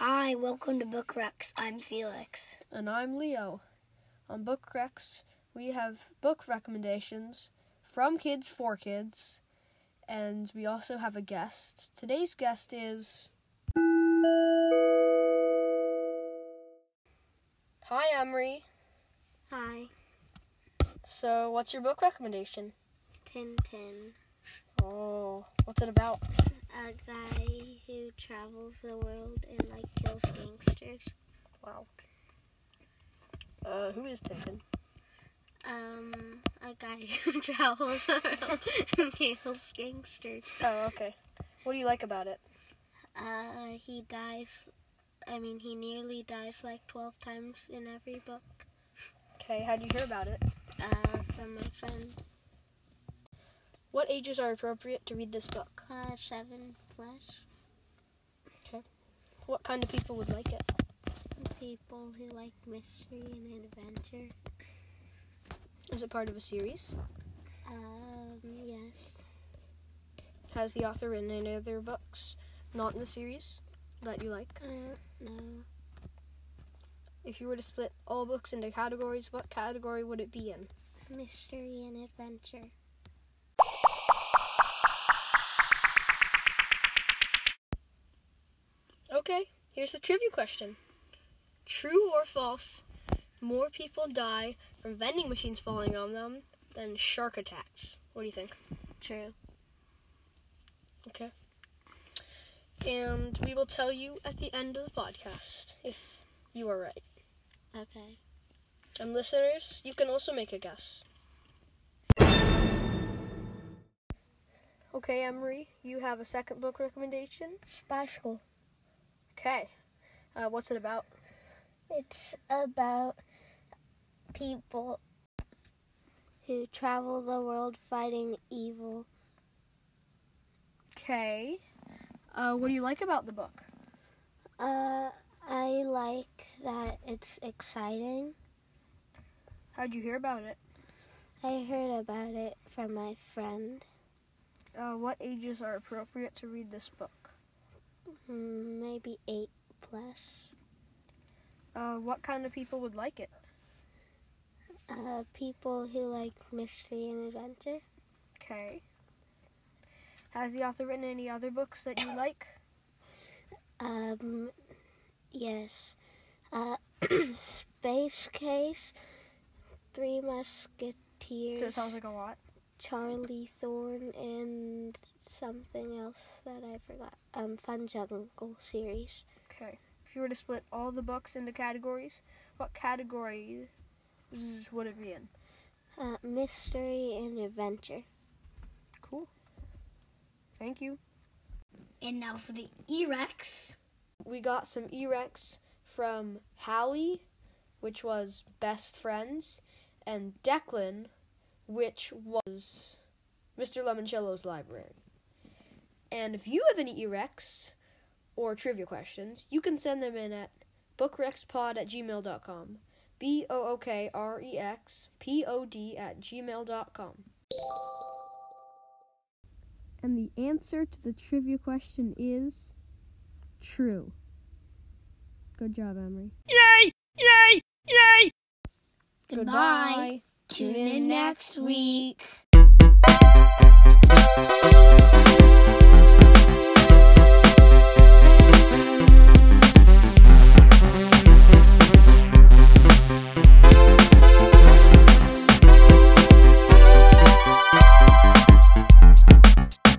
welcome to Book Rex. I'm Felix. And I'm Leo. On Book Rex, we have book recommendations from kids for kids, and we also have a guest. Today's guest is. Hi, Emery. Hi, So, what's your book recommendation? Tintin, Oh, what's it about? a guy who travels the world and like kills gangsters. Wow. Uh, who is Tintin? Um, a guy who travels the world and kills gangsters. Oh, okay. What do you like about it? Uh, he dies. I mean, he nearly dies like 12 times in every book. Okay, how'd you hear about it? Uh, from my friend. What ages are appropriate to read this book? Uh, seven plus What kind of people would like it? people who like mystery and adventure. Is it part of a series? Um, yes. Has the author written any other books not in the series that you like? Uh, no. If you were to split all books into categories, what category would it be in? Mystery and adventure. Okay, here's the trivia question True or false, more people die from vending machines falling on them than shark attacks. What do you think? True. Okay. And we will tell you at the end of the podcast if you are right. Okay. And listeners, you can also make a guess. Okay, Emery, you have a second book recommendation. Spy School. Okay. Uh, what's it about? It's about people who travel the world fighting evil. Okay. Uh, what do you like about the book? Uh, I like that it's exciting. How'd you hear about it? I heard about it from my friend. Uh, what ages are appropriate to read this book? Hmm, maybe eight plus. Uh, what kind of people would like it? Uh, people who like mystery and adventure. Okay. Has the author written any other books that you like? Um, yes. Uh, Space Case, Three Musketeers, So it sounds like a lot. Charlie Thorn, and something else that I forgot. Um, Fun Jungle series. Okay. If you were to split all the books into categories, what categories would it be in? Uh, mystery and adventure. Cool. Thank you. And now for the E E-Rex. We got some E-Rex from Hallie, which was Best Friends, and Declan, which was Mr. Lemoncello's library. And if you have any E-Rex or trivia questions, you can send them in at bookrexpod at gmail.com. B O O K R E X P O D at gmail.com. And the answer to the trivia question is. True. Good job, Emery. Goodbye. Tune in next week.